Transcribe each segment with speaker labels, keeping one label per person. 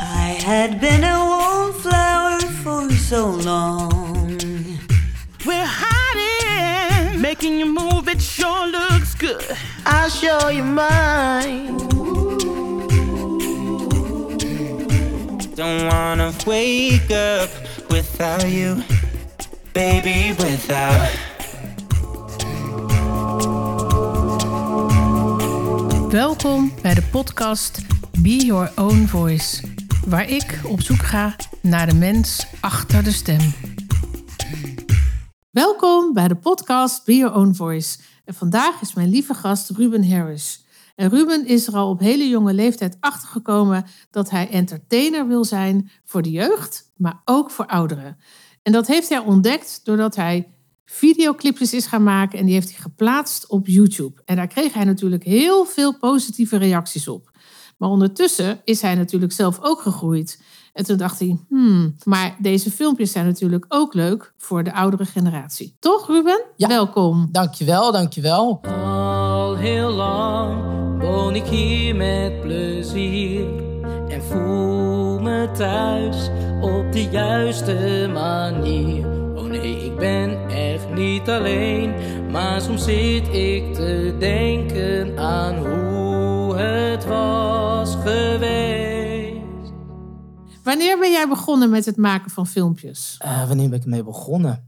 Speaker 1: had been a wallflower for so long.
Speaker 2: We're hiding, making you move. It sure looks good.
Speaker 3: I'll show you mine.
Speaker 4: Don't wanna wake up without you, baby, without.
Speaker 5: Welkom bij de podcast Be Your Own Voice, waar ik op zoek ga naar de mens achter de stem. Welkom bij de podcast Be Your Own Voice. En vandaag is mijn lieve gast Ruben Harris. En Ruben is er al op hele jonge leeftijd achtergekomen dat hij entertainer wil zijn voor de jeugd, maar ook voor ouderen. En dat heeft hij ontdekt doordat hij videoclipjes is gaan maken en die heeft hij geplaatst op YouTube. En daar kreeg hij natuurlijk heel veel positieve reacties op. Maar ondertussen is hij natuurlijk zelf ook gegroeid. En toen dacht hij, hmm, maar deze filmpjes zijn natuurlijk ook leuk voor de oudere generatie. Toch, Ruben?
Speaker 6: Ja.
Speaker 5: Welkom.
Speaker 6: Dankjewel, dankjewel.
Speaker 7: Al heel lang woon ik hier met plezier en voel me thuis op de juiste manier. Oh nee, ik ben echt niet alleen, maar soms zit ik te denken aan hoe het was geweest.
Speaker 5: Wanneer ben jij begonnen met het maken van filmpjes?
Speaker 6: Eh, wanneer ben ik ermee begonnen?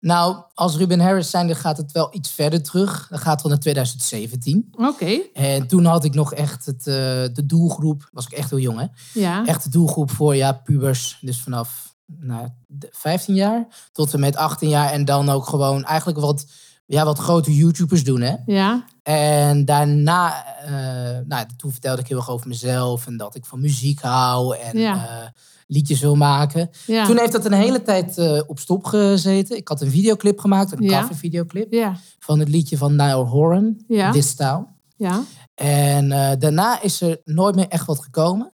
Speaker 6: Nou, als Ruben Harris zijnde gaat het wel iets verder terug. Dan gaat het wel naar 2017.
Speaker 5: Oké,
Speaker 6: En toen had ik nog echt het, eh, de doelgroep, was ik echt heel jong hè.
Speaker 5: ja.
Speaker 6: Echt de doelgroep voor ja, pubers. Dus vanaf nou, de- 15 jaar tot en met 18 jaar. En dan ook gewoon eigenlijk wat, ja, wat grote YouTubers doen hè.
Speaker 5: Ja,
Speaker 6: En daarna, eh, nou, toen vertelde ik heel erg over mezelf en dat ik van muziek hou en
Speaker 5: Ja.
Speaker 6: eh, liedjes wil maken.
Speaker 5: ja.
Speaker 6: Toen heeft dat een hele tijd eh, op stop gezeten. Ik had een videoclip gemaakt, een
Speaker 5: Ja.
Speaker 6: covervideoclip,
Speaker 5: Ja,
Speaker 6: van het liedje van Niall Horan,
Speaker 5: Ja.
Speaker 6: This Town.
Speaker 5: ja.
Speaker 6: En eh, daarna is er nooit meer echt wat gekomen.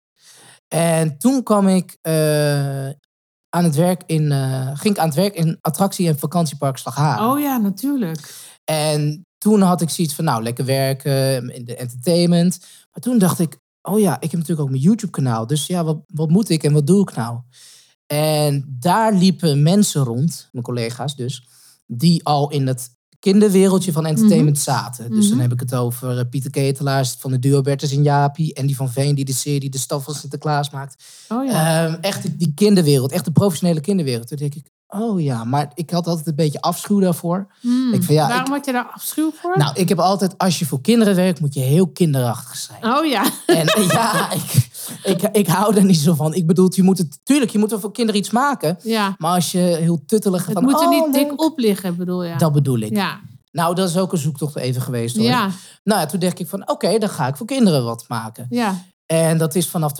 Speaker 6: En toen kwam ik eh, aan het werk in, eh, ging ik aan het werk in attractie- en vakantiepark Slagharen.
Speaker 5: Oh ja, natuurlijk.
Speaker 6: En toen had ik zoiets van, nou, lekker werken in de entertainment. Maar toen dacht ik, oh ja, ik heb natuurlijk ook mijn YouTube-kanaal. Dus ja, wat, wat moet ik en wat doe ik nou? En daar liepen mensen rond, mijn collega's dus, die al in het kinderwereldje van entertainment zaten. Dus dan
Speaker 5: Mhm.
Speaker 6: heb ik het over eh, Pieter Ketelaars van de duo Bertus en Jaapie. En die van Veen, die de serie De Stad van Sinterklaas maakt.
Speaker 5: Oh ja.
Speaker 6: Ehm, echt die- die kinderwereld, echt de professionele kinderwereld. Toen denk ik, oh ja, maar ik had altijd een beetje afschuw daarvoor.
Speaker 5: Hmm.
Speaker 6: ik vind, ja,
Speaker 5: Waarom
Speaker 6: ik-
Speaker 5: had je daar afschuw voor?
Speaker 6: Nou, ik heb altijd, als je voor kinderen werkt, moet je heel kinderachtig zijn.
Speaker 5: oh ja.
Speaker 6: En eh, ja, ik, ik, ik hou er niet zo van. Ik bedoel, je moet het, tuurlijk, je moet er voor kinderen iets maken.
Speaker 5: ja.
Speaker 6: Maar als je heel tuttelig
Speaker 5: Het
Speaker 6: van,
Speaker 5: moet er
Speaker 6: oh,
Speaker 5: niet
Speaker 6: leuk,
Speaker 5: dik op liggen, bedoel je?
Speaker 6: Dat bedoel ik.
Speaker 5: ja.
Speaker 6: Nou, dat is ook een zoektocht even geweest hoor.
Speaker 5: Ja,
Speaker 6: Nou ja, toen dacht ik van, oké, dan ga ik voor kinderen wat maken.
Speaker 5: ja,
Speaker 6: En dat is vanaf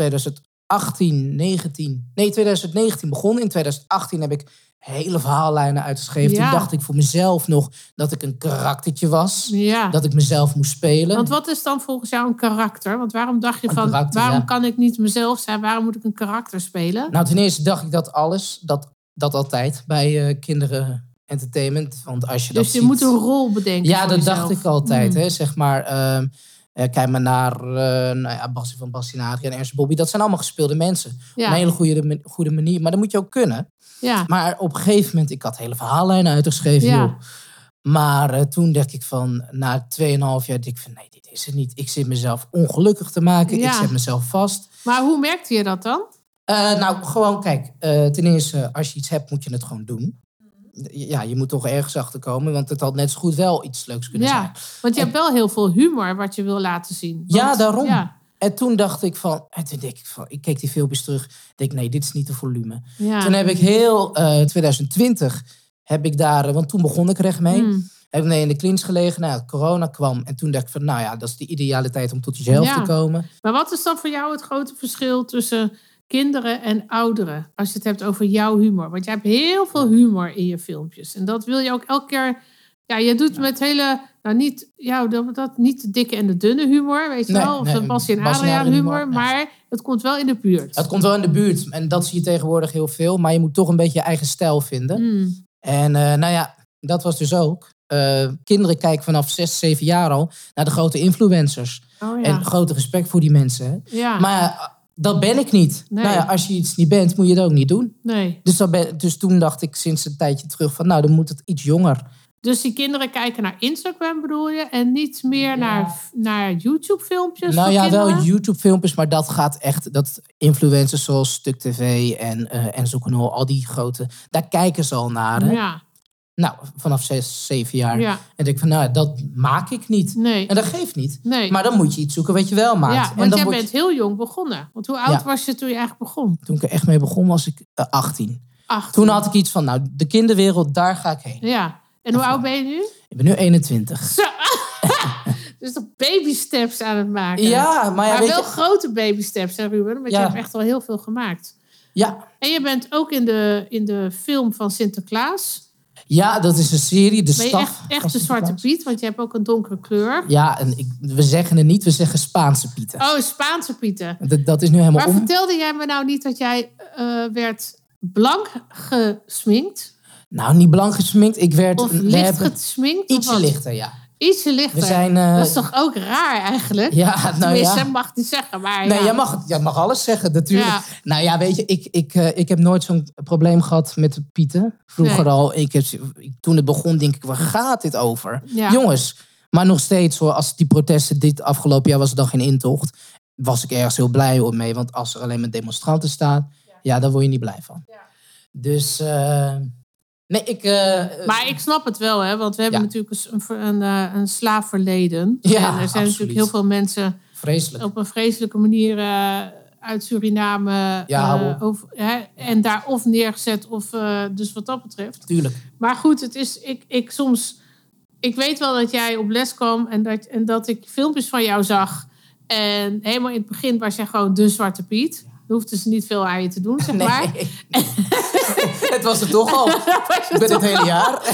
Speaker 6: 2018, 19... Nee, 2019 begon. In 2018 heb ik hele verhaallijnen uitgeschreven.
Speaker 5: Ja.
Speaker 6: Toen dacht ik voor mezelf nog dat ik een karaktertje was.
Speaker 5: ja.
Speaker 6: Dat ik mezelf moest spelen.
Speaker 5: Want wat is dan volgens jou een karakter? Want waarom dacht je
Speaker 6: Een
Speaker 5: van,
Speaker 6: karakter,
Speaker 5: waarom
Speaker 6: ja.
Speaker 5: kan ik niet mezelf zijn? Waarom moet ik een karakter spelen?
Speaker 6: Nou, ten eerste dacht ik dat alles, dat, dat altijd bij eh, kinderen entertainment. Want als je dat
Speaker 5: dus je
Speaker 6: ziet-
Speaker 5: moet een rol bedenken
Speaker 6: Ja,
Speaker 5: voor
Speaker 6: dat
Speaker 5: jezelf.
Speaker 6: dacht ik altijd.
Speaker 5: Mm.
Speaker 6: Hè? Zeg maar, ehm, eh, kijk maar naar eh nou ja, Bassie van Bassinari en Ernst Bobby. Dat zijn allemaal gespeelde mensen. Op
Speaker 5: Ja,
Speaker 6: een hele goede, goede manier. Maar dat moet je ook kunnen.
Speaker 5: ja,
Speaker 6: Maar op een gegeven moment, ik had hele verhaallijnen uitgeschreven.
Speaker 5: Ja.
Speaker 6: joh. Maar eh, toen dacht ik van, na 2,5 jaar, dacht ik van nee, dit is het niet. Ik zit mezelf ongelukkig te maken.
Speaker 5: Ja.
Speaker 6: Ik zet mezelf vast.
Speaker 5: maar hoe merkte je dat dan?
Speaker 6: Eh, nou, gewoon kijk. eh, ten eerste, als je iets hebt, moet je het gewoon doen.
Speaker 5: Mm-hmm.
Speaker 6: Ja, je moet toch ergens achter komen, want het had net zo goed wel iets leuks kunnen
Speaker 5: Ja,
Speaker 6: zijn.
Speaker 5: Want je hebt wel heel veel humor wat je wil laten zien. Want-
Speaker 6: Ja, daarom.
Speaker 5: Ja,
Speaker 6: En toen dacht ik van, en toen denk ik van, ik keek die filmpjes terug. Denk nee, dit is niet de volume.
Speaker 5: ja.
Speaker 6: Toen heb ik heel eh, 2020 heb ik daar, eh, want toen begon ik er echt mee.
Speaker 5: Mm.
Speaker 6: Heb ik nee in de klins gelegen. Nou, corona kwam en toen dacht ik van, nou ja, dat is de ideale tijd om tot jezelf
Speaker 5: Ja.
Speaker 6: te komen.
Speaker 5: Maar wat is dan voor jou het grote verschil tussen kinderen en ouderen? Als je het hebt over jouw humor. Want jij hebt heel veel humor in je filmpjes. En dat wil je ook elke keer. Ja, je doet met hele. Nou, niet, ja, dat, dat, niet de dikke en de dunne humor, weet je
Speaker 6: Nee,
Speaker 5: wel. Of
Speaker 6: nee,
Speaker 5: de Bassie en
Speaker 6: Bas en
Speaker 5: Adriaan
Speaker 6: Adriaan
Speaker 5: humor.
Speaker 6: humor, ja.
Speaker 5: Maar het komt wel in de buurt.
Speaker 6: Het komt wel in de buurt en dat zie je tegenwoordig heel veel. Maar je moet toch een beetje je eigen stijl vinden.
Speaker 5: Mm,
Speaker 6: En eh, nou ja, dat was dus ook. eh, kinderen kijken vanaf 6, 7 jaar al naar de grote influencers.
Speaker 5: Oh ja.
Speaker 6: En grote respect voor die mensen. hè.
Speaker 5: ja.
Speaker 6: Maar ja, Dat ben ik niet.
Speaker 5: Nee.
Speaker 6: Nou ja, als je iets niet bent, moet je het ook niet doen.
Speaker 5: Nee.
Speaker 6: Dus, dat ben, dus toen dacht ik sinds een tijdje terug van, nou, dan moet het iets jonger.
Speaker 5: Dus die kinderen kijken naar Instagram bedoel je? En niet meer naar, naar YouTube filmpjes
Speaker 6: nou
Speaker 5: Dus voor
Speaker 6: ja, wel
Speaker 5: kinderen?
Speaker 6: YouTube-filmpjes, maar dat gaat echt, dat influencers zoals Stuk TV en, eh en Zoekenol, al die grote, daar kijken ze al naar. hè?
Speaker 5: Ja,
Speaker 6: Nou, vanaf zes, zeven jaar.
Speaker 5: ja.
Speaker 6: En denk ik van, nou, dat maak ik niet.
Speaker 5: Nee.
Speaker 6: En dat geeft niet.
Speaker 5: nee.
Speaker 6: Maar dan moet je iets zoeken wat je wel maakt.
Speaker 5: ja,
Speaker 6: en
Speaker 5: want
Speaker 6: dan
Speaker 5: jij
Speaker 6: word je-
Speaker 5: bent heel jong begonnen. Want hoe oud
Speaker 6: Ja.
Speaker 5: was je toen je eigenlijk begon?
Speaker 6: Toen ik er echt mee begon, was ik eh, 18.
Speaker 5: Acht.
Speaker 6: Toen had ik iets van, nou, de kinderwereld, daar ga ik heen.
Speaker 5: Ja. En hoe oud ben je nu?
Speaker 6: Ik ben nu 21.
Speaker 5: Dus toch baby steps aan het maken.
Speaker 6: Ja, maar ja,
Speaker 5: maar
Speaker 6: weet
Speaker 5: wel
Speaker 6: je-
Speaker 5: grote baby steps, hè Ruben? Want
Speaker 6: Ja.
Speaker 5: je hebt echt wel heel veel gemaakt.
Speaker 6: Ja.
Speaker 5: En je bent ook in de, in de film van Sinterklaas.
Speaker 6: ja, dat is een serie, de
Speaker 5: Ben je
Speaker 6: staf.
Speaker 5: echt,
Speaker 6: van
Speaker 5: echt de
Speaker 6: Sinterklaas.
Speaker 5: zwarte piet? Want je hebt ook een donkere kleur.
Speaker 6: Ja, en ik, we zeggen het niet, we zeggen Spaanse pieten.
Speaker 5: Oh, Spaanse pieten.
Speaker 6: Dat, dat is nu helemaal
Speaker 5: Maar
Speaker 6: om.
Speaker 5: vertelde jij me nou niet dat jij eh, werd blank gesminkt?
Speaker 6: Nou, niet blank gesminkt. Ik werd
Speaker 5: Of
Speaker 6: we
Speaker 5: licht
Speaker 6: hebben
Speaker 5: gesminkt? of
Speaker 6: ietsje
Speaker 5: wat?
Speaker 6: lichter, ja.
Speaker 5: Ietsje lichter.
Speaker 6: We zijn, eh,
Speaker 5: Dat is toch ook raar eigenlijk?
Speaker 6: Ja, nou
Speaker 5: Tenminste,
Speaker 6: ja.
Speaker 5: mag niet zeggen. Maar
Speaker 6: Nee,
Speaker 5: ja.
Speaker 6: jij mag, jij mag alles zeggen, natuurlijk.
Speaker 5: Ja.
Speaker 6: Nou ja, weet je, ik, ik, eh, ik heb nooit zo'n probleem gehad met de pieten. Vroeger
Speaker 5: Nee.
Speaker 6: al. Ik heb, toen het begon, denk ik, waar gaat dit over?
Speaker 5: Ja.
Speaker 6: Jongens, maar nog steeds, hoor, als die protesten dit afgelopen jaar was, er dan geen intocht. Was ik ergens heel blij om mee, want als er alleen maar demonstranten staan, ja, daar word je niet blij van. Dus, eh, nee, ik. eh,
Speaker 5: Maar ik snap het wel, hè? want we hebben
Speaker 6: Ja.
Speaker 5: natuurlijk een, s- een, een, eh, een slaaf verleden.
Speaker 6: Ja,
Speaker 5: en er zijn
Speaker 6: absoluut.
Speaker 5: natuurlijk heel veel mensen
Speaker 6: Vreselijk.
Speaker 5: op een vreselijke manier eh, uit Suriname.
Speaker 6: Ja,
Speaker 5: eh,
Speaker 6: hou op.
Speaker 5: over- hè, en daar of neergezet, of eh, dus wat dat betreft.
Speaker 6: Tuurlijk.
Speaker 5: Maar goed, het is, ik, ik soms. Ik weet wel dat jij op les kwam en dat, en dat ik filmpjes van jou zag. En helemaal in het begin was jij gewoon de Zwarte Piet. Dan hoefden ze niet veel aan je te doen, zeg
Speaker 6: Nee.
Speaker 5: maar.
Speaker 6: het was er toch al. Ik ben het hele jaar.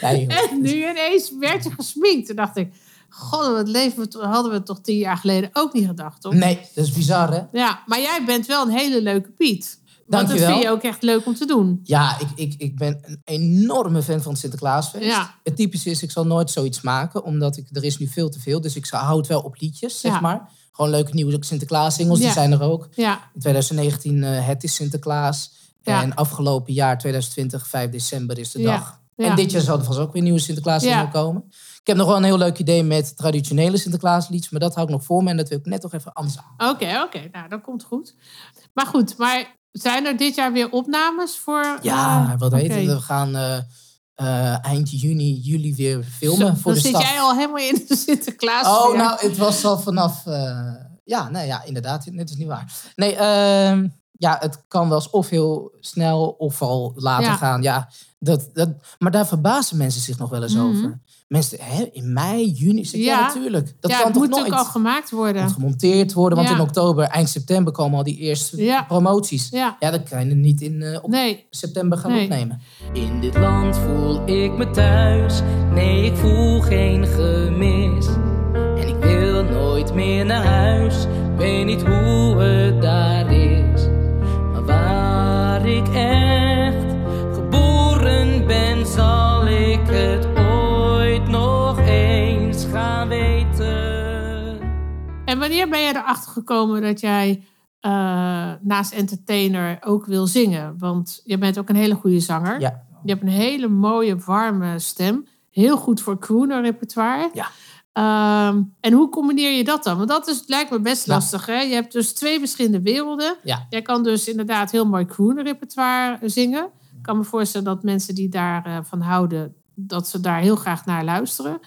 Speaker 6: Nee, joh.
Speaker 5: En nu ineens werd je gesminkt. Toen dacht ik, god, wat leven we to- hadden we toch tien jaar geleden ook niet gedacht, toch?
Speaker 6: nee, dat is bizar, hè?
Speaker 5: Ja, maar jij bent wel een hele leuke Piet. Want dat
Speaker 6: Dankjewel.
Speaker 5: vind je ook echt leuk om te doen.
Speaker 6: Ja, ik, ik, ik ben een enorme fan van het Sinterklaasfeest.
Speaker 5: Ja.
Speaker 6: Het typische is, ik zal nooit zoiets maken, omdat ik, er is nu veel te veel. Dus ik hou het wel op liedjes, zeg
Speaker 5: Ja.
Speaker 6: maar. Gewoon leuke nieuwe Sinterklaas-singles, die
Speaker 5: Ja.
Speaker 6: zijn er ook.
Speaker 5: Ja,
Speaker 6: In 2019, eh, het is Sinterklaas.
Speaker 5: Ja.
Speaker 6: En afgelopen jaar, 2020, 5 december is de
Speaker 5: Ja.
Speaker 6: dag.
Speaker 5: Ja.
Speaker 6: En dit jaar zal er vast ook weer nieuwe Sinterklaas
Speaker 5: Ja.
Speaker 6: komen. Ik heb nog wel een heel leuk idee met traditionele Sinterklaasliedjes, maar dat hou ik nog voor me en dat wil ik net nog even anders aan.
Speaker 5: oké, oké. Nou, dat komt goed. Maar goed, maar zijn er dit jaar weer opnames voor...
Speaker 6: Ja,
Speaker 5: eh,
Speaker 6: wat heet
Speaker 5: oké.
Speaker 6: het? We gaan eh, eh, eind juni, juli weer filmen
Speaker 5: Zo,
Speaker 6: voor
Speaker 5: dan
Speaker 6: de
Speaker 5: zit
Speaker 6: stad.
Speaker 5: jij al helemaal in de Sinterklaas.
Speaker 6: Oh,
Speaker 5: sfeer.
Speaker 6: nou, het was al vanaf. eh, ja, nee, ja, inderdaad. Dit is niet waar. Nee, ehm, ja, het kan wel eens of heel snel of al later
Speaker 5: Ja.
Speaker 6: gaan. Ja, dat, dat, maar daar verbazen mensen zich nog wel eens
Speaker 5: Mhm.
Speaker 6: over. Mensen, hè, in mei, juni. Ik Zeg, ja.
Speaker 5: Ja.
Speaker 6: natuurlijk. Dat
Speaker 5: ja,
Speaker 6: kan
Speaker 5: het
Speaker 6: toch
Speaker 5: moet
Speaker 6: nooit.
Speaker 5: natuurlijk al gemaakt
Speaker 6: Het moet
Speaker 5: worden.
Speaker 6: gemonteerd worden, want
Speaker 5: Ja.
Speaker 6: in oktober, eind september komen al die eerste
Speaker 5: Ja.
Speaker 6: promoties. Ja.
Speaker 5: Ja,
Speaker 6: dat kan je niet in eh, op
Speaker 5: nee.
Speaker 6: september gaan
Speaker 5: Nee.
Speaker 6: opnemen.
Speaker 7: In dit land voel ik me thuis. Nee, ik voel geen gemis. En ik wil nooit meer naar huis. Weet niet hoe het daar is. Maar waar ik echt geboren ben, zal ik het ooit nog eens gaan weten.
Speaker 5: En wanneer ben je erachter gekomen dat jij eh, naast entertainer ook wil zingen? Want je bent ook een hele goede zanger.
Speaker 6: Ja.
Speaker 5: Je hebt een hele mooie, warme stem. Heel goed voor crooner repertoire.
Speaker 6: Ja.
Speaker 5: Ehm, en hoe combineer je dat dan? Want dat is, lijkt me best
Speaker 6: Nou.
Speaker 5: lastig. Hè? Je hebt dus twee verschillende werelden.
Speaker 6: Ja.
Speaker 5: Jij kan dus inderdaad heel mooi crooner repertoire eh, zingen. Ik kan me voorstellen dat mensen die daarvan van houden, dat ze daar heel graag naar luisteren.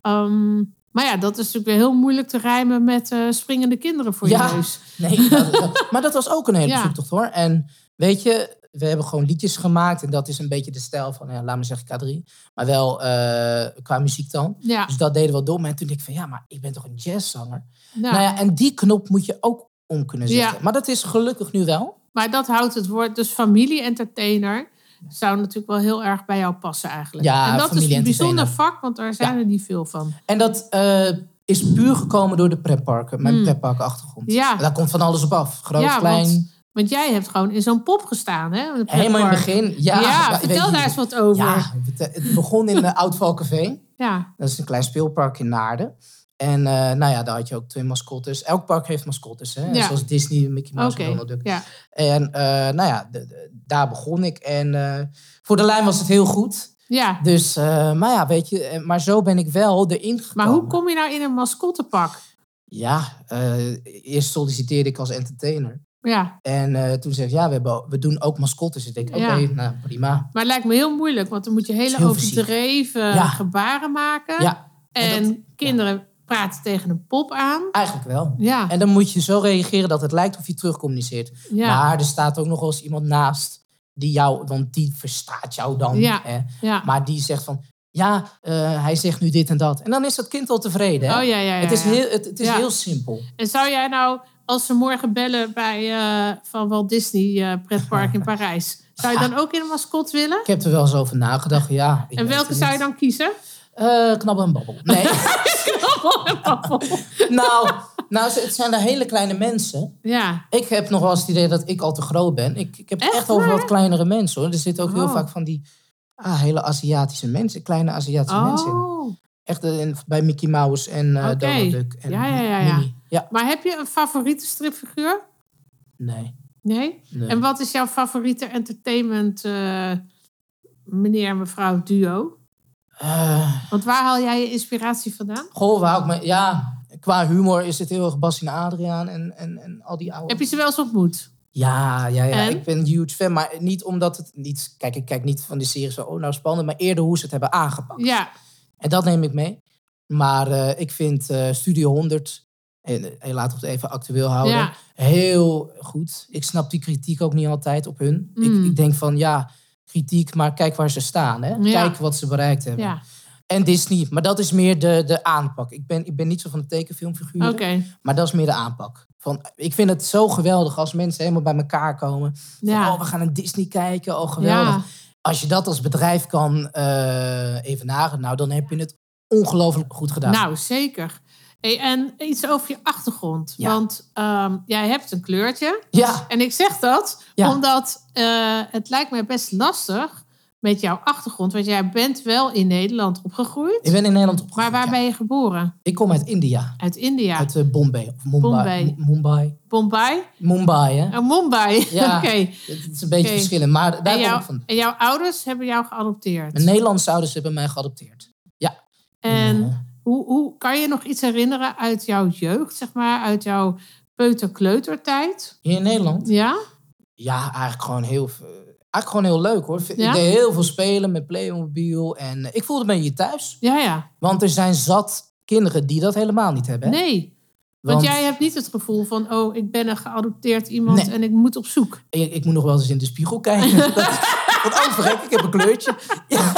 Speaker 5: Ehm, maar ja, dat is natuurlijk weer heel moeilijk te rijmen met eh, springende kinderen voor
Speaker 6: Ja.
Speaker 5: je neus.
Speaker 6: Nee, dat- dat- maar dat was ook een hele
Speaker 5: Ja.
Speaker 6: zoektocht hoor. En weet je, we hebben gewoon liedjes gemaakt. En dat is een beetje de stijl van, ja, laat me zeggen K3. Maar wel eh, qua muziek dan.
Speaker 5: Ja,
Speaker 6: Dus dat deden we wel door. Maar toen dacht ik van, ja, maar ik ben toch een jazzzanger?
Speaker 5: nou,
Speaker 6: Nou ja, en die knop moet je ook om kunnen zetten.
Speaker 5: Ja.
Speaker 6: Maar dat is gelukkig nu wel.
Speaker 5: maar dat houdt het woord. Dus familie-entertainer zou natuurlijk wel heel erg bij jou passen eigenlijk.
Speaker 6: Ja,
Speaker 5: en dat is een bijzonder
Speaker 6: familie-entertainer.
Speaker 5: vak, want daar zijn er niet veel van.
Speaker 6: En dat eh, is puur gekomen door de pretparken. Mijn
Speaker 5: Hmm.
Speaker 6: pretparkenachtergrond.
Speaker 5: Ja.
Speaker 6: En daar komt van alles op af. Groot,
Speaker 5: Ja,
Speaker 6: klein.
Speaker 5: want- Want jij hebt gewoon in zo'n pop gestaan, hè? Een
Speaker 6: Helemaal in
Speaker 5: pretpark.
Speaker 6: het begin. Ja,
Speaker 5: Ja,
Speaker 6: weet
Speaker 5: vertel
Speaker 6: je-
Speaker 5: daar eens wat over.
Speaker 6: Ja,
Speaker 5: Ja.
Speaker 6: het het begon in de Oud Valcafé.
Speaker 5: Ja.
Speaker 6: Dat is een klein speelpark in Naarden. En eh, nou ja, daar had je ook twee mascottes. Elk park heeft mascottes, hè?
Speaker 5: Ja.
Speaker 6: zoals Disney, Mickey
Speaker 5: Oké,
Speaker 6: Mouse en Donald Duck.
Speaker 5: ja.
Speaker 6: En eh, nou ja, de- de- daar begon ik. En eh, voor de lijn was het heel goed.
Speaker 5: ja.
Speaker 6: Dus, eh, maar ja, weet je, eh, maar zo ben ik wel erin gekomen.
Speaker 5: Maar hoe kom je nou in een mascottepak?
Speaker 6: Ja, eh, eerst solliciteerde ik als entertainer.
Speaker 5: Ja,
Speaker 6: En eh, toen zei ik, ja, we, hebben, ook- we doen ook mascottes. Ik denk, oké,
Speaker 5: Ja.
Speaker 6: nou prima.
Speaker 5: maar het lijkt me heel moeilijk, want dan moet je hele
Speaker 6: heel fysiek.
Speaker 5: overdreven
Speaker 6: Ja.
Speaker 5: gebaren maken.
Speaker 6: Ja,
Speaker 5: en
Speaker 6: dat-
Speaker 5: kinderen praten tegen een pop aan.
Speaker 6: eigenlijk wel.
Speaker 5: Ja,
Speaker 6: En dan moet je zo reageren dat het lijkt of je terugcommuniceert.
Speaker 5: ja,
Speaker 6: Maar er staat ook nog wel eens iemand naast die jou, want die verstaat jou dan.
Speaker 5: Ja.
Speaker 6: Hè?
Speaker 5: ja.
Speaker 6: Maar die zegt van, ja, eh, hij zegt nu dit en dat. En dan is dat kind al tevreden. Hè?
Speaker 5: oh ja, ja, ja.
Speaker 6: Het is,
Speaker 5: ja.
Speaker 6: heel, het, het is
Speaker 5: Ja.
Speaker 6: heel simpel.
Speaker 5: En zou jij nou, als ze morgen bellen bij eh, van Walt Disney eh pretpark in Parijs, zou je dan ook in een mascot willen?
Speaker 6: Ik heb er wel eens over nagedacht, ja. ik
Speaker 5: En
Speaker 6: weet
Speaker 5: welke
Speaker 6: het
Speaker 5: zou je
Speaker 6: niet.
Speaker 5: dan kiezen?
Speaker 6: Eh, knabbel en babbel. Nee, nou, nou, ze- het zijn daar hele kleine mensen.
Speaker 5: ja,
Speaker 6: Ik heb nog wel eens het idee dat ik al te groot ben. Ik, ik heb het
Speaker 5: Echt
Speaker 6: echt over
Speaker 5: waar?
Speaker 6: wat kleinere mensen hoor. Er zitten ook heel
Speaker 5: Oh.
Speaker 6: vaak van die ah, hele Aziatische mensen, kleine Aziatische mensen. in.
Speaker 5: oh.
Speaker 6: Echt eh, in- bij Mickey Mouse en eh
Speaker 5: Oké.
Speaker 6: Donald Duck. En
Speaker 5: Ja, ja, ja, ja.
Speaker 6: Minnie. Ja,
Speaker 5: Maar heb je een favoriete stripfiguur?
Speaker 6: nee.
Speaker 5: Nee?
Speaker 6: nee.
Speaker 5: En wat is jouw favoriete entertainment, eh, meneer en mevrouw duo?
Speaker 6: Eh,
Speaker 5: Want waar haal jij je inspiratie vandaan?
Speaker 6: goh, waar ook me, ja, qua humor is het heel erg Bas en Adriaan en, en, en al die oude...
Speaker 5: Heb je ze wel eens ontmoet?
Speaker 6: Ja, ja, ja.
Speaker 5: En?
Speaker 6: ik ben een huge fan. Maar niet omdat het niet... Kijk, ik kijk niet van die series van, oh nou spannend, maar eerder hoe ze het hebben aangepakt.
Speaker 5: Ja,
Speaker 6: En dat neem ik mee. Maar eh, ik vind eh, Studio 100, en, eh, en laten we het even actueel houden,
Speaker 5: ja,
Speaker 6: heel goed. Ik snap die kritiek ook niet altijd op hun.
Speaker 5: Mm.
Speaker 6: Ik, ik denk van ja, kritiek, maar kijk waar ze staan. Hè?
Speaker 5: Ja.
Speaker 6: Kijk wat ze bereikt hebben.
Speaker 5: ja.
Speaker 6: En Disney, maar dat is meer de, de aanpak. Ik ben, ik ben niet zo van de
Speaker 5: Oké.
Speaker 6: tekenfilmfiguren, maar dat is meer de aanpak. Van, ik vind het zo geweldig als mensen helemaal bij elkaar komen. Van,
Speaker 5: Ja.
Speaker 6: oh, we gaan naar Disney kijken, oh geweldig
Speaker 5: Ja,
Speaker 6: als je dat als bedrijf kan eh evenaren, nou dan heb je het ongelooflijk goed gedaan.
Speaker 5: nou zeker. Hey, en iets over je achtergrond.
Speaker 6: Ja.
Speaker 5: Want ehm, jij hebt een kleurtje.
Speaker 6: ja,
Speaker 5: En ik zeg dat
Speaker 6: Ja.
Speaker 5: omdat eh, het lijkt mij best lastig met jouw achtergrond. Want jij bent wel in Nederland opgegroeid.
Speaker 6: ik ben in Nederland opgegroeid.
Speaker 5: Maar waar
Speaker 6: ja.
Speaker 5: ben je geboren?
Speaker 6: Ik kom uit India,
Speaker 5: Uit India.
Speaker 6: uit eh, Bombay of Mumbai.
Speaker 5: Bombay.
Speaker 6: M- Mumbai.
Speaker 5: Bombay?
Speaker 6: Mumbai, hè?
Speaker 5: Oh, Mumbai.
Speaker 6: Ja.
Speaker 5: Oké.
Speaker 6: Het het is een beetje
Speaker 5: Oké.
Speaker 6: verschillend, maar daar
Speaker 5: En,
Speaker 6: kom
Speaker 5: jouw-
Speaker 6: ik van.
Speaker 5: en jouw ouders hebben jou geadopteerd.
Speaker 6: Mijn Nederlandse ouders hebben mij geadopteerd.
Speaker 5: En
Speaker 6: eh,
Speaker 5: hoe, hoe kan je nog iets herinneren uit jouw jeugd, zeg maar, uit jouw peuter-kleutertijd?
Speaker 6: hier in Nederland?
Speaker 5: Ja?
Speaker 6: Ja, eigenlijk gewoon heel, eh, eigenlijk gewoon heel leuk hoor.
Speaker 5: Ja?
Speaker 6: Ik deed heel veel spelen met Playmobil en eh, ik voelde me hier thuis.
Speaker 5: Ja, ja.
Speaker 6: Want er zijn zat kinderen die dat helemaal niet hebben. hè?
Speaker 5: Nee. Want, jij hebt niet het gevoel van, oh, ik ben een geadopteerd iemand
Speaker 6: Nee.
Speaker 5: en ik moet op zoek.
Speaker 6: Ik, ik moet nog wel eens in de spiegel kijken. Dat- Want oh, verrek, ik heb een kleurtje. Ja.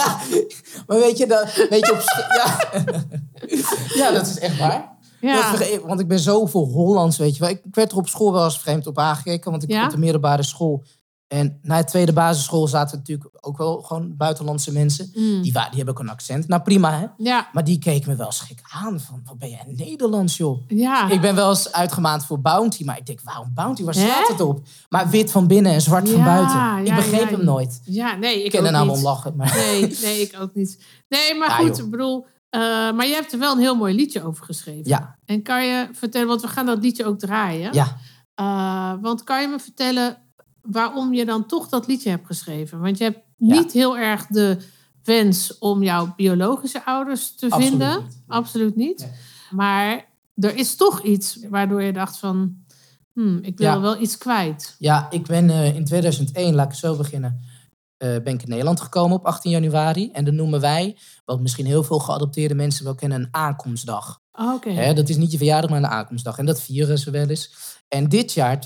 Speaker 6: Maar weet je, dat, weet je op, sch- ja. ja, dat is echt waar.
Speaker 5: Ja,
Speaker 6: Dat verge- eh, want ik ben zoveel Hollands, weet je wel. Ik, ik werd er op school wel eens vreemd op aangekeken. Want ik
Speaker 5: Ja?
Speaker 6: op de middelbare school... En na de tweede basisschool zaten natuurlijk ook wel gewoon buitenlandse mensen.
Speaker 5: Mm.
Speaker 6: Die, wa- die hebben ook een accent. Nou, prima, hè.
Speaker 5: ja,
Speaker 6: Maar die keken me wel schrik aan. Van, wat ben jij Nederlands, joh.
Speaker 5: ja.
Speaker 6: Ik ben wel eens uitgemaand voor Bounty, maar ik denk, waarom Bounty? Waar
Speaker 5: Hè?
Speaker 6: slaat het op? Maar wit van binnen en zwart
Speaker 5: Ja,
Speaker 6: van buiten. Ik
Speaker 5: ja,
Speaker 6: begreep
Speaker 5: ja.
Speaker 6: hem nooit.
Speaker 5: ja nee, ik
Speaker 6: Ik ken
Speaker 5: ook
Speaker 6: er nou
Speaker 5: niet.
Speaker 6: om lachen, maar
Speaker 5: Nee, nee, ik ook niet. Nee, maar
Speaker 6: Ja,
Speaker 5: goed,
Speaker 6: joh.
Speaker 5: ik bedoel... eh, maar je hebt er wel een heel mooi liedje over geschreven.
Speaker 6: ja,
Speaker 5: En kan je vertellen, want we gaan dat liedje ook draaien.
Speaker 6: ja.
Speaker 5: Eh, want kan je me vertellen waarom je dan toch dat liedje hebt geschreven? Want je hebt
Speaker 6: Ja.
Speaker 5: niet heel erg de wens om jouw biologische ouders te
Speaker 6: Absoluut
Speaker 5: vinden.
Speaker 6: niet.
Speaker 5: Absoluut niet.
Speaker 6: Nee.
Speaker 5: Maar er is toch iets waardoor je dacht van... hmm, ik wil
Speaker 6: Ja.
Speaker 5: wel iets kwijt.
Speaker 6: Ja, ik ben eh, in 2001, laat ik zo beginnen, eh, ben ik in Nederland gekomen op 18 januari. En dat noemen wij, wat misschien heel veel geadopteerde mensen wel kennen, een aankomstdag.
Speaker 5: Oké.
Speaker 6: Hè, dat is niet je verjaardag, maar een aankomstdag. En dat vieren ze wel eens. En dit jaar,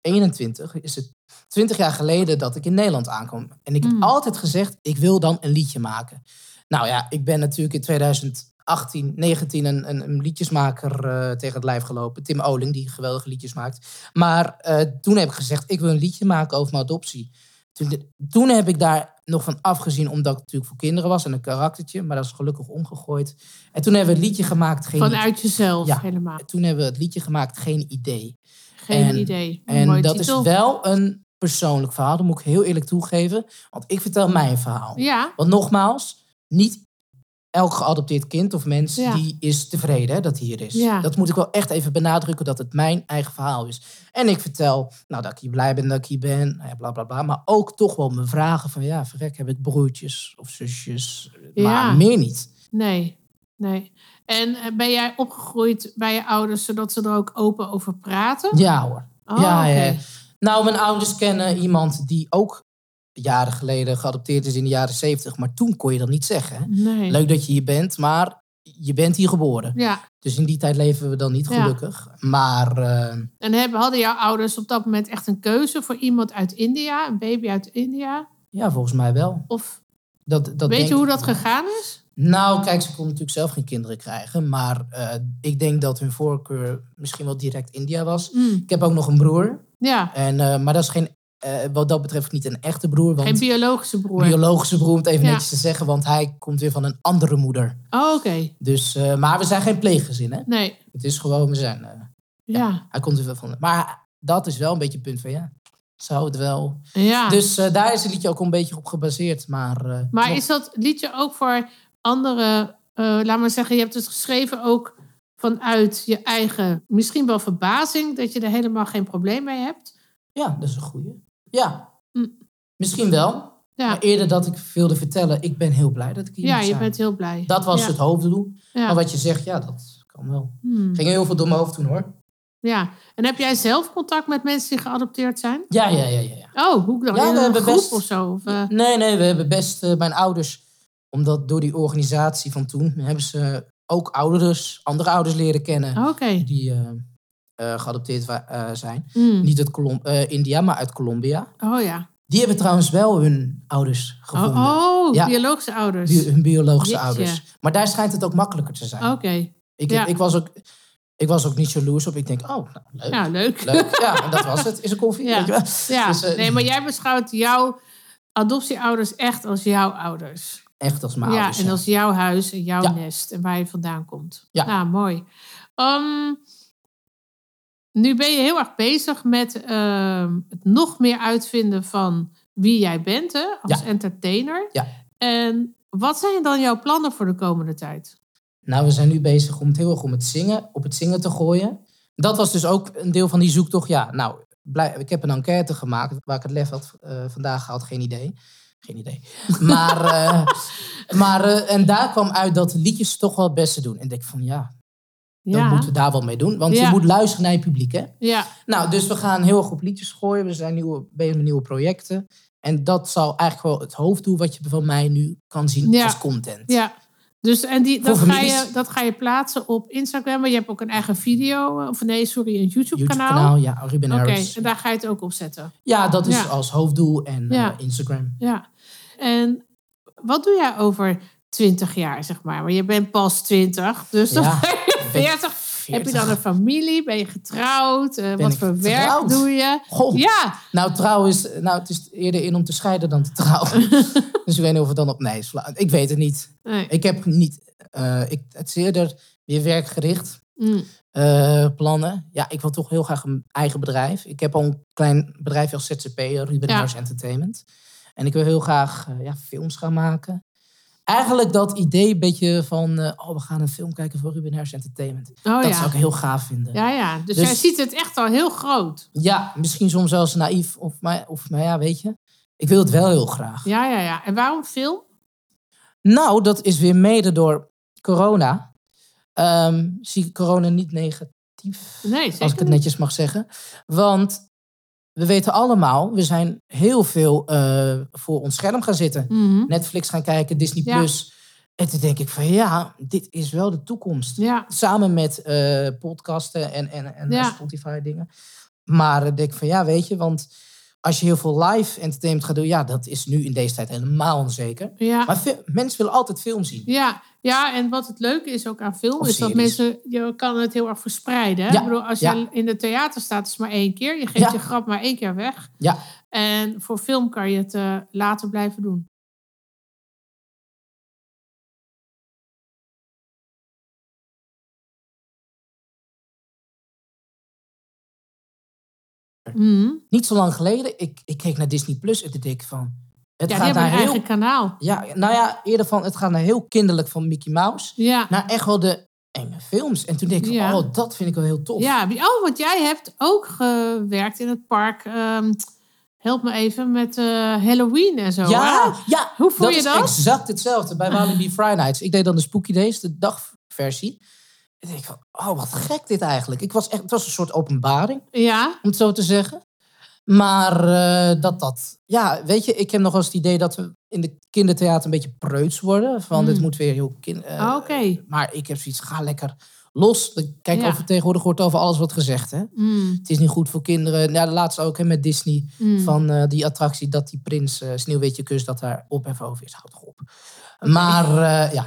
Speaker 6: 2021, is het 20 jaar geleden dat ik in Nederland aankwam. En ik
Speaker 5: Mm.
Speaker 6: heb altijd gezegd, ik wil dan een liedje maken. Nou ja, ik ben natuurlijk in 2018, 19 een, een, een liedjesmaker eh, tegen het lijf gelopen. Tim Oling, die geweldige liedjes maakt. Maar eh, toen heb ik gezegd, ik wil een liedje maken over mijn adoptie. Toen, toen heb ik daar nog van afgezien, omdat ik natuurlijk voor kinderen was en een karaktertje. Maar dat is gelukkig omgegooid. En toen hebben we het liedje gemaakt. Geen
Speaker 5: Vanuit jezelf
Speaker 6: Ja.
Speaker 5: helemaal.
Speaker 6: toen hebben we het liedje gemaakt, geen idee.
Speaker 5: Geen
Speaker 6: En-
Speaker 5: idee. Een mooie
Speaker 6: En dat
Speaker 5: titel.
Speaker 6: is wel een persoonlijk verhaal, dat moet ik heel eerlijk toegeven. Want ik vertel mijn verhaal.
Speaker 5: Ja,
Speaker 6: Want nogmaals, niet elk geadopteerd kind of mens
Speaker 5: Ja.
Speaker 6: die is tevreden hè, dat hij hier is.
Speaker 5: Ja.
Speaker 6: Dat moet ik wel echt even benadrukken dat het mijn eigen verhaal is. En ik vertel, nou dat ik hier blij ben dat ik hier ben, nou ja, bla bla bla. Maar ook toch wel mijn vragen van ja, verrek, heb ik broertjes of zusjes? Maar
Speaker 5: Ja.
Speaker 6: meer niet.
Speaker 5: Nee, nee. En eh, ben jij opgegroeid bij je ouders zodat ze er ook open over praten?
Speaker 6: Ja hoor.
Speaker 5: Oh,
Speaker 6: ja,
Speaker 5: oké.
Speaker 6: ja. Nou, mijn ouders kennen iemand die ook jaren geleden geadopteerd is in de jaren zeventig. Maar toen kon je dat niet zeggen. hè.
Speaker 5: Nee.
Speaker 6: Leuk dat je hier bent, maar je bent hier geboren.
Speaker 5: Ja.
Speaker 6: Dus in die tijd leven we dan niet
Speaker 5: Ja.
Speaker 6: gelukkig. Maar eh,
Speaker 5: En hebben, hadden jouw ouders op dat moment echt een keuze voor iemand uit India, een baby uit India?
Speaker 6: ja, volgens mij wel.
Speaker 5: Of
Speaker 6: Dat, dat
Speaker 5: weet
Speaker 6: denk
Speaker 5: je hoe
Speaker 6: ik
Speaker 5: dat
Speaker 6: wel.
Speaker 5: gegaan is?
Speaker 6: Nou, kijk, ze kon natuurlijk zelf geen kinderen krijgen. Maar eh, ik denk dat hun voorkeur misschien wel direct India was.
Speaker 5: Mm,
Speaker 6: Ik heb ook nog een broer.
Speaker 5: Ja,
Speaker 6: En, eh, maar dat is geen, eh, wat dat betreft niet een echte broer. Want
Speaker 5: geen biologische broer.
Speaker 6: biologische broer, om het even
Speaker 5: Ja.
Speaker 6: netjes te zeggen. Want hij komt weer van een andere moeder.
Speaker 5: oh, oké.
Speaker 6: Dus, eh, maar we zijn geen pleeggezin, hè?
Speaker 5: Nee.
Speaker 6: Het is gewoon, we zijn... eh,
Speaker 5: Ja.
Speaker 6: hij komt weer van... Maar dat is wel een beetje het punt van, ja, zou het wel...
Speaker 5: ja.
Speaker 6: Dus eh, daar is het liedje ook een beetje op gebaseerd. Maar, eh,
Speaker 5: maar
Speaker 6: nog-
Speaker 5: is dat liedje ook voor andere, eh, laat maar zeggen, je hebt het geschreven ook vanuit je eigen, misschien wel verbazing, dat je er helemaal geen probleem mee hebt?
Speaker 6: Ja, dat is een goeie. Ja,
Speaker 5: Hm.
Speaker 6: misschien wel.
Speaker 5: Ja,
Speaker 6: Maar eerder dat ik wilde vertellen, ik ben heel blij dat ik hier
Speaker 5: ja
Speaker 6: mag
Speaker 5: je
Speaker 6: zijn.
Speaker 5: bent heel blij.
Speaker 6: Dat was
Speaker 5: Ja,
Speaker 6: het hoofddoel.
Speaker 5: Ja.
Speaker 6: Maar wat je zegt, ja, dat kan wel.
Speaker 5: Hmm.
Speaker 6: Ging heel veel door mijn hoofd toen, hoor.
Speaker 5: ja. En heb jij zelf contact met mensen die geadopteerd zijn?
Speaker 6: Ja, ja, ja, ja. ja.
Speaker 5: Oh, hoe dan?
Speaker 6: Ja,
Speaker 5: in
Speaker 6: we
Speaker 5: een
Speaker 6: hebben
Speaker 5: groep
Speaker 6: best-
Speaker 5: of zo? Of, eh,
Speaker 6: Nee, nee, we hebben best eh, mijn ouders, omdat door die organisatie van toen hebben ze ook ouders, andere ouders leren kennen
Speaker 5: Oké.
Speaker 6: die eh, eh, geadopteerd wa- eh, zijn.
Speaker 5: Hmm.
Speaker 6: Niet uit Colom- eh, India, maar uit Colombia.
Speaker 5: Oh ja.
Speaker 6: Die hebben trouwens wel hun ouders
Speaker 5: Oh,
Speaker 6: gevonden.
Speaker 5: oh,
Speaker 6: Ja.
Speaker 5: biologische ouders.
Speaker 6: Bi- hun biologische
Speaker 5: Jeetje.
Speaker 6: ouders. Maar daar schijnt het ook makkelijker te zijn.
Speaker 5: Oké.
Speaker 6: Ik,
Speaker 5: ja.
Speaker 6: ik, was ook, ik was ook niet jaloers op. Ik denk, oh, nou, leuk.
Speaker 5: Ja, leuk.
Speaker 6: Leuk. Ja, en dat was het. Is een koffie.
Speaker 5: Ja.
Speaker 6: weet je wel.
Speaker 5: Ja,
Speaker 6: Dus, eh,
Speaker 5: nee, maar jij beschouwt jouw adoptieouders echt als jouw ouders.
Speaker 6: Echt als mijn
Speaker 5: ja,
Speaker 6: ouders.
Speaker 5: en
Speaker 6: dus, ja.
Speaker 5: als jouw huis en jouw
Speaker 6: Ja.
Speaker 5: nest en waar je vandaan komt.
Speaker 6: Ja.
Speaker 5: Nou, mooi. Ehm, nu ben je heel erg bezig met ehm, het nog meer uitvinden van wie jij bent hè, als
Speaker 6: Ja.
Speaker 5: entertainer.
Speaker 6: Ja.
Speaker 5: En wat zijn dan jouw plannen voor de komende tijd?
Speaker 6: Nou, we zijn nu bezig om het heel erg om het zingen, op het zingen te gooien. Dat was dus ook een deel van die zoektocht. Ja, nou, blij- ik heb een enquête gemaakt waar ik het lef had eh, vandaag had, geen idee. Geen idee. Maar, eh, maar eh, en daar kwam uit dat de liedjes toch wel het beste doen. En ik denk van ja, dan
Speaker 5: Ja,
Speaker 6: moeten we daar wel mee doen. Want
Speaker 5: Ja.
Speaker 6: je moet luisteren naar je publiek, hè?
Speaker 5: ja.
Speaker 6: Nou, dus we gaan heel erg op liedjes gooien. We zijn nieuwe, bezig met nieuwe projecten. En dat zal eigenlijk wel het hoofddoel wat je van mij nu kan zien
Speaker 5: Ja.
Speaker 6: als content.
Speaker 5: Ja, dus en die, dat,
Speaker 6: Voor
Speaker 5: ga
Speaker 6: families.
Speaker 5: je, dat ga je plaatsen op Instagram. Maar je hebt ook een eigen video, eh, of nee, sorry, een YouTube-kanaal.
Speaker 6: YouTube-kanaal, ja, Ruben
Speaker 5: Oké,
Speaker 6: Harris.
Speaker 5: en daar ga je het ook op zetten.
Speaker 6: Ja, dat is
Speaker 5: Ja.
Speaker 6: als hoofddoel en eh,
Speaker 5: Ja.
Speaker 6: Instagram.
Speaker 5: Ja. En wat doe jij over 20 jaar, zeg maar? Maar je bent pas 20, dus dan
Speaker 6: Ja,
Speaker 5: ben je
Speaker 6: ben
Speaker 5: 40. Heb je dan een familie? Ben je getrouwd? Eh, wat
Speaker 6: ik
Speaker 5: voor werk
Speaker 6: getrouwd?
Speaker 5: doe je?
Speaker 6: Goh,
Speaker 5: Ja,
Speaker 6: nou trouwens, nou, het is eerder in om te scheiden dan te trouwen. dus ik weet niet of het dan op... Nee, is flauw. ik weet het niet.
Speaker 5: nee.
Speaker 6: Ik heb niet... eh, ik, het is eerder weer werkgericht
Speaker 5: Mm,
Speaker 6: eh, plannen. Ja, ik wil toch heel graag een eigen bedrijf. Ik heb al een klein bedrijf als ZZP, Ruben
Speaker 5: Ja.
Speaker 6: Harris Entertainment. En ik wil heel graag eh, ja, films gaan maken. Eigenlijk dat idee een beetje van... eh, oh, we gaan een film kijken voor Ruben Harris Entertainment.
Speaker 5: Oh
Speaker 6: dat
Speaker 5: ja.
Speaker 6: zou ik heel gaaf vinden.
Speaker 5: ja, ja. Dus,
Speaker 6: Dus-
Speaker 5: jij ziet het echt al heel groot.
Speaker 6: Ja, misschien soms zelfs naïef. Of maar, of maar ja, weet je. Ik wil het wel heel graag.
Speaker 5: Ja, ja, ja. En waarom film?
Speaker 6: Nou, dat is weer mede door corona. Ehm, zie ik corona niet negatief,
Speaker 5: Nee,
Speaker 6: als ik
Speaker 5: zeker
Speaker 6: het
Speaker 5: niet.
Speaker 6: netjes mag zeggen. Want we weten allemaal, we zijn heel veel eh, voor ons scherm gaan zitten.
Speaker 5: Mhm.
Speaker 6: Netflix gaan kijken, Disney+.
Speaker 5: Ja.
Speaker 6: Plus. En toen denk ik van ja, dit is wel de toekomst.
Speaker 5: Ja,
Speaker 6: samen met eh, podcasten en, en, en
Speaker 5: Ja.
Speaker 6: Spotify dingen. Maar ik denk van ja, weet je, want als je heel veel live entertainment gaat doen, ja, dat is nu in deze tijd helemaal onzeker.
Speaker 5: ja.
Speaker 6: Maar fi- mensen willen altijd film zien.
Speaker 5: Ja, ja, en wat het leuke is ook aan film,
Speaker 6: Of
Speaker 5: is dat
Speaker 6: series.
Speaker 5: mensen, je kan het heel erg verspreiden. Hè?
Speaker 6: Ja,
Speaker 5: Ik bedoel, als
Speaker 6: ja.
Speaker 5: je in het theater staat, is het maar één keer. Je geeft
Speaker 6: Ja.
Speaker 5: je grap maar één keer weg.
Speaker 6: Ja.
Speaker 5: En voor film kan je het eh, later blijven doen. Mhm. Mhm.
Speaker 6: Niet zo lang geleden, ik, ik keek naar Disney Plus en toen denk ik van, Het
Speaker 5: Ja, die
Speaker 6: gaat
Speaker 5: hebben
Speaker 6: naar
Speaker 5: een
Speaker 6: heel,
Speaker 5: eigen kanaal.
Speaker 6: ja, nou ja, eerder van, het gaat naar heel kinderlijk van Mickey Mouse.
Speaker 5: Ja.
Speaker 6: Naar echt wel de enge films. En toen dacht ik, van,
Speaker 5: Ja.
Speaker 6: oh, dat vind ik wel heel tof.
Speaker 5: Ja, wie- oh, want jij hebt ook gewerkt in het park. ehm, help me even met eh, Halloween en zo. hè?
Speaker 6: ja, ja,
Speaker 5: Hoe voel
Speaker 6: dat
Speaker 5: je
Speaker 6: is
Speaker 5: dat?
Speaker 6: exact hetzelfde bij Walibi Friday Nights. Ik deed dan de Spooky Days, de dagversie. En toen dacht ik van, oh, wat gek dit eigenlijk. Ik was echt, het was een soort openbaring,
Speaker 5: Ja,
Speaker 6: om het zo te zeggen. Maar eh, dat dat... Ja, weet je, ik heb nog wel eens het idee dat we in de kindertheater een beetje preuts worden. Van,
Speaker 5: Hmm.
Speaker 6: dit moet weer heel... Kind, eh,
Speaker 5: Ah, oké.
Speaker 6: Maar ik heb zoiets, ga lekker los. Kijk,
Speaker 5: Ja.
Speaker 6: over tegenwoordig wordt over alles wat gezegd, hè.
Speaker 5: Mm,
Speaker 6: Het is niet goed voor kinderen. Ja, de laatste ook hè, met Disney.
Speaker 5: mm.
Speaker 6: Van eh, die attractie dat die prins eh, Sneeuwwitje kust, dat daar ophef over is. Houd toch op. Maar eh, ja.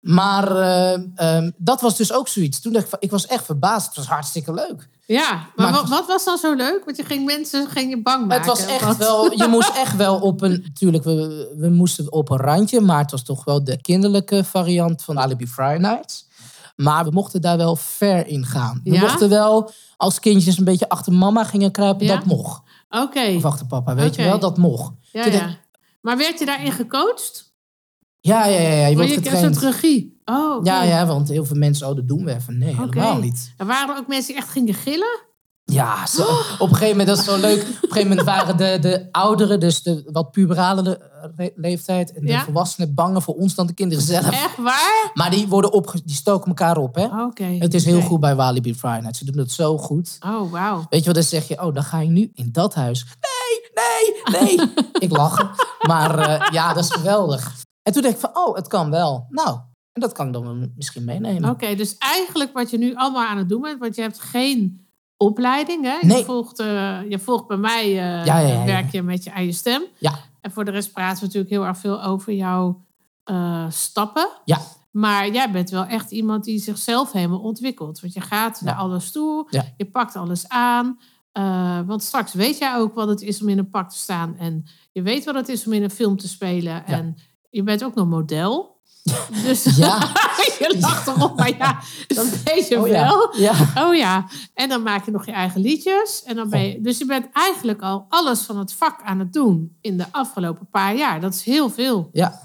Speaker 6: Maar eh, ehm, dat was dus ook zoiets. Toen dacht ik, van, ik was echt verbaasd. Het was hartstikke leuk.
Speaker 5: Ja, maar,
Speaker 6: Maar-
Speaker 5: wat, wat was dan zo leuk? Want je ging mensen ging je bang maken.
Speaker 6: het was
Speaker 5: of
Speaker 6: echt
Speaker 5: wat?
Speaker 6: wel, je moest echt wel op een, natuurlijk, we, we moesten op een randje. Maar het was toch wel de kinderlijke variant van Alibi Friday Nights. Maar we mochten daar wel ver in gaan. We
Speaker 5: Ja?
Speaker 6: mochten wel, als kindjes een beetje achter mama gingen kruipen,
Speaker 5: Ja?
Speaker 6: dat mocht.
Speaker 5: Oké,
Speaker 6: Of achter papa, weet
Speaker 5: Oké.
Speaker 6: je wel, dat mocht.
Speaker 5: ja,
Speaker 6: toen dacht
Speaker 5: ja. Maar werd je daarin gecoacht?
Speaker 6: Ja, ja, ja, ja
Speaker 5: Want
Speaker 6: je wordt
Speaker 5: je kent zo'n
Speaker 6: getraind.
Speaker 5: regie. Oh, oké.
Speaker 6: Ja, ja, want heel veel mensen, oh, dat doen we even. Nee, helemaal niet.
Speaker 5: Er waren er ook mensen die echt gingen gillen?
Speaker 6: Ja, zo,
Speaker 5: Oh.
Speaker 6: op een gegeven moment, dat is zo leuk. Op een gegeven moment waren de, de ouderen, dus de wat puberale le- re- leeftijd... en de
Speaker 5: Ja.
Speaker 6: volwassenen banger voor ons dan de kinderen zelf.
Speaker 5: Echt waar?
Speaker 6: Maar die, worden opge die stoken elkaar op, hè.
Speaker 5: Oké.
Speaker 6: Het is heel
Speaker 5: oké.
Speaker 6: goed bij Walibi Friday Night. Ze doen dat zo goed.
Speaker 5: Oh, wauw.
Speaker 6: Weet je wat, dan zeg je, oh, dan ga je nu in dat huis. Nee, nee, nee. ik lach. Maar eh, ja, dat is geweldig. En toen dacht ik van, oh, het kan wel. Nou, en dat kan ik dan misschien meenemen.
Speaker 5: Oké, dus eigenlijk wat je nu allemaal aan het doen bent, want je hebt geen opleiding, hè? Je,
Speaker 6: Nee.
Speaker 5: volgt, eh, je volgt bij mij, eh,
Speaker 6: Ja, ja, ja, ja.
Speaker 5: werk je met je aan je stem.
Speaker 6: Ja.
Speaker 5: En voor de rest praten we natuurlijk heel erg veel over jouw eh, stappen.
Speaker 6: Ja.
Speaker 5: Maar jij bent wel echt iemand die zichzelf helemaal ontwikkelt. Want je gaat naar alles toe,
Speaker 6: Ja.
Speaker 5: je pakt alles aan. Eh, want straks weet jij ook wat het is om in een pak te staan. En je weet wat het is om in een film te spelen. En je bent ook nog model. Dus
Speaker 6: Ja.
Speaker 5: je lacht erop, maar ja, dat weet je
Speaker 6: Oh, ja.
Speaker 5: wel.
Speaker 6: Ja.
Speaker 5: Oh ja, en dan maak je nog je eigen liedjes. En dan ben je, dus je bent eigenlijk al alles van het vak aan het doen in de afgelopen paar jaar. Dat is heel veel.
Speaker 6: Ja.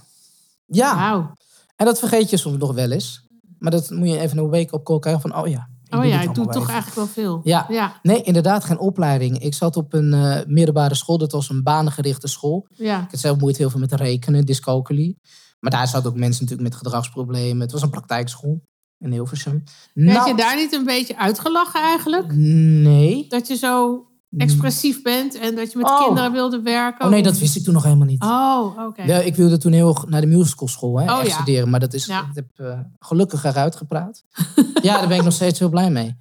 Speaker 6: ja.
Speaker 5: Wauw.
Speaker 6: En dat vergeet je soms nog wel eens. Maar dat moet je even een wake-up call krijgen van, oh ja.
Speaker 5: Oh
Speaker 6: dit
Speaker 5: ja, ik
Speaker 6: allemaal
Speaker 5: doe
Speaker 6: wel
Speaker 5: toch
Speaker 6: even.
Speaker 5: eigenlijk wel veel.
Speaker 6: Ja.
Speaker 5: Ja,
Speaker 6: Nee, inderdaad, geen opleiding. Ik zat op een eh, middelbare school, dat was een banengerichte school.
Speaker 5: ja.
Speaker 6: Ik had zelf moeite heel veel met rekenen, dyscalculie. Maar daar zaten ook mensen natuurlijk met gedragsproblemen. Het was een praktijkschool in Hilversum.
Speaker 5: Werd
Speaker 6: Nou,
Speaker 5: je daar niet een beetje uitgelachen eigenlijk?
Speaker 6: Nee.
Speaker 5: Dat je zo expressief bent en dat je met
Speaker 6: Oh.
Speaker 5: kinderen wilde werken?
Speaker 6: Oh nee, dat wist ik toen nog helemaal niet.
Speaker 5: Oh, oké.
Speaker 6: Ja, ik wilde toen heel erg naar de musicalschool hè,
Speaker 5: Oh,
Speaker 6: echt
Speaker 5: ja.
Speaker 6: studeren. Maar dat is,
Speaker 5: Ja.
Speaker 6: dat heb eh, gelukkig eruit gepraat. ja, daar ben ik nog steeds heel blij mee.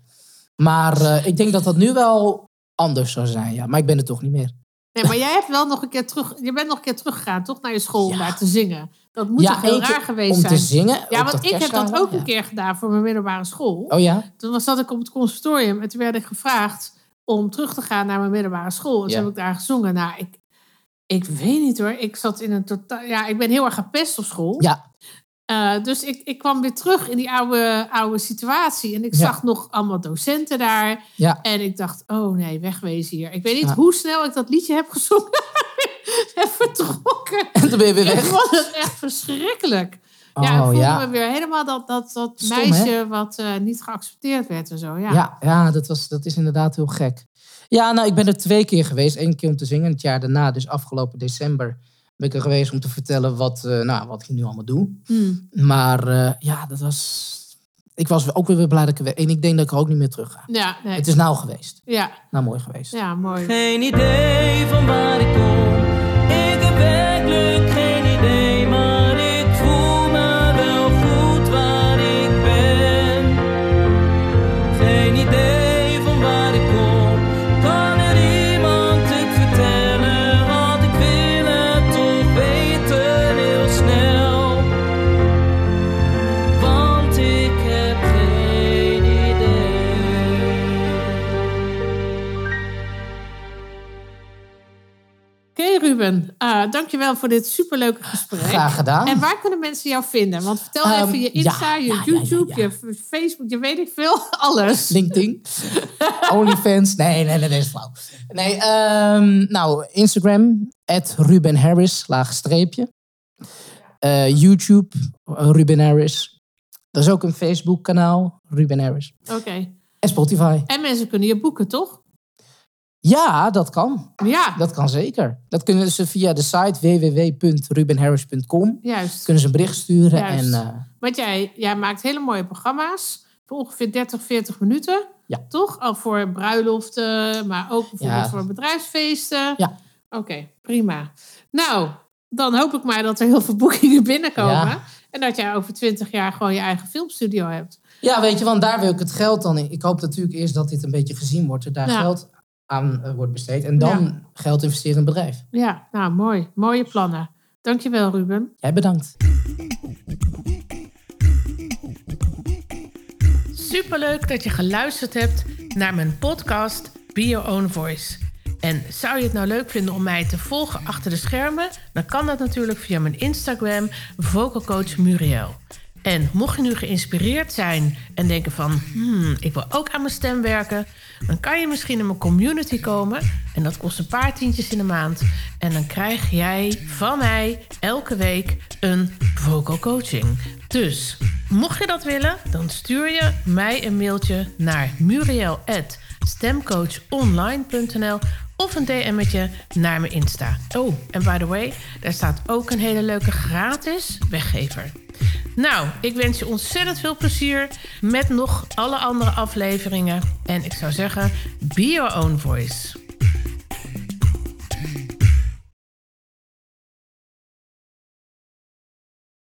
Speaker 6: Maar eh, ik denk dat dat nu wel anders zou zijn. Ja. Maar ik ben er toch niet meer.
Speaker 5: Nee, maar jij hebt wel nog een keer terug, je bent nog een keer teruggegaan, toch? Naar je school om
Speaker 6: Ja.
Speaker 5: daar te zingen. Dat moet
Speaker 6: ja,
Speaker 5: toch heel
Speaker 6: één keer
Speaker 5: raar geweest
Speaker 6: om
Speaker 5: zijn?
Speaker 6: te zingen.
Speaker 5: Ja,
Speaker 6: op
Speaker 5: want ik heb dat
Speaker 6: kerstdrama,
Speaker 5: ook
Speaker 6: ja.
Speaker 5: een keer gedaan voor mijn middelbare school.
Speaker 6: Oh ja?
Speaker 5: Toen was- zat ik op het conservatorium en toen werd ik gevraagd om terug te gaan naar mijn middelbare school. En toen
Speaker 6: Ja.
Speaker 5: heb ik daar gezongen. Nou, ik, ik weet niet hoor. Ik zat in een totaal. Ja, ik ben heel erg gepest op school.
Speaker 6: Ja.
Speaker 5: Eh, dus ik, ik kwam weer terug in die oude, oude situatie. En ik
Speaker 6: Ja.
Speaker 5: zag nog allemaal docenten daar.
Speaker 6: Ja.
Speaker 5: En ik dacht, oh nee, wegwezen hier. Ik weet niet
Speaker 6: Ja.
Speaker 5: hoe snel ik dat liedje heb gezongen. en vertrokken.
Speaker 6: En toen ben je weer
Speaker 5: Ik
Speaker 6: weg.
Speaker 5: vond het echt verschrikkelijk. ja, ik
Speaker 6: Oh,
Speaker 5: voelde
Speaker 6: ja.
Speaker 5: me weer helemaal dat, dat, dat
Speaker 6: Stom,
Speaker 5: meisje wat eh, niet geaccepteerd werd en zo. Ja.
Speaker 6: Ja, ja, dat, was, dat is inderdaad heel gek. Ja, nou, ik ben er twee keer geweest. Eén keer om te zingen. en Het jaar daarna, dus afgelopen december, ben ik er geweest om te vertellen wat, eh, nou, wat ik nu allemaal doe.
Speaker 5: Hmm.
Speaker 6: Maar eh, ja, dat was. Ik was ook weer weer blij dat ik er weer. En ik denk dat ik er ook niet meer terug ga.
Speaker 5: ja, nee.
Speaker 6: Het is nou geweest.
Speaker 5: ja,
Speaker 6: Nou, mooi geweest.
Speaker 5: ja, mooi.
Speaker 7: Geen idee van waar ik kom. Ik heb werkelijk geen idee, maar ik voel me wel goed waar ik ben. Geen idee van waar ik kom. Kan er iemand het vertellen? Want ik wil het toch weten heel snel. Want ik heb geen idee.
Speaker 5: Oké, Ruben, Ruben, eh, dankjewel voor dit superleuke gesprek.
Speaker 6: Graag gedaan.
Speaker 5: En waar kunnen mensen jou vinden? Want vertel
Speaker 6: Ehm,
Speaker 5: even je Insta,
Speaker 6: ja,
Speaker 5: je
Speaker 6: ja, ja,
Speaker 5: YouTube,
Speaker 6: ja, ja.
Speaker 5: je Facebook, je weet ik veel, alles.
Speaker 6: LinkedIn. OnlyFans. Nee, nee, nee, nee, is flauw. Nee, ehm, nou, Instagram, Ruben Harris, laag streepje. Eh, YouTube, eh, Ruben Harris. Dat is ook een Facebook kanaal, Ruben Harris.
Speaker 5: Oké.
Speaker 6: En Spotify.
Speaker 5: En mensen kunnen je boeken, toch?
Speaker 6: Ja, dat kan.
Speaker 5: Ja,
Speaker 6: Dat kan zeker. Dat kunnen ze via de site www.rubenharris.com.
Speaker 5: juist.
Speaker 6: Kunnen ze een bericht sturen.
Speaker 5: Juist.
Speaker 6: En eh,
Speaker 5: Want jij, jij maakt hele mooie programma's voor ongeveer 30, 40 minuten.
Speaker 6: Ja.
Speaker 5: Toch? Al voor bruiloften, maar ook bijvoorbeeld
Speaker 6: Ja.
Speaker 5: voor bedrijfsfeesten.
Speaker 6: Ja.
Speaker 5: Oké, prima. Nou, dan hoop ik maar dat er heel veel boekingen binnenkomen.
Speaker 6: Ja.
Speaker 5: En dat jij over 20 jaar gewoon je eigen filmstudio hebt.
Speaker 6: Ja, weet je, want daar wil ik het geld dan in. Ik hoop natuurlijk eerst dat dit een beetje gezien wordt. En daar
Speaker 5: Ja.
Speaker 6: geld aan eh, wordt besteed. En dan geld investeren in het bedrijf.
Speaker 5: Ja, nou mooi. Mooie plannen. Dankjewel, Ruben.
Speaker 6: Jij bedankt.
Speaker 5: Superleuk dat je geluisterd hebt naar mijn podcast Be Your Own Voice. En zou je het nou leuk vinden om mij te volgen achter de schermen? Dan kan dat natuurlijk via mijn Instagram, Vocal Coach Muriel. En mocht je nu geïnspireerd zijn en denken van... Hmm, ik wil ook aan mijn stem werken... dan kan je misschien in mijn community komen. En dat kost een paar tientjes in de maand. En dan krijg jij van mij elke week een vocal coaching. Dus mocht je dat willen, dan stuur je mij een mailtje naar muriel.stemcoachonline.nl of een DM'tje naar mijn Insta. Oh, en by the way, daar staat ook een hele leuke gratis weggever. Nou, ik wens je ontzettend veel plezier met nog alle andere afleveringen. En ik zou zeggen, be your own voice.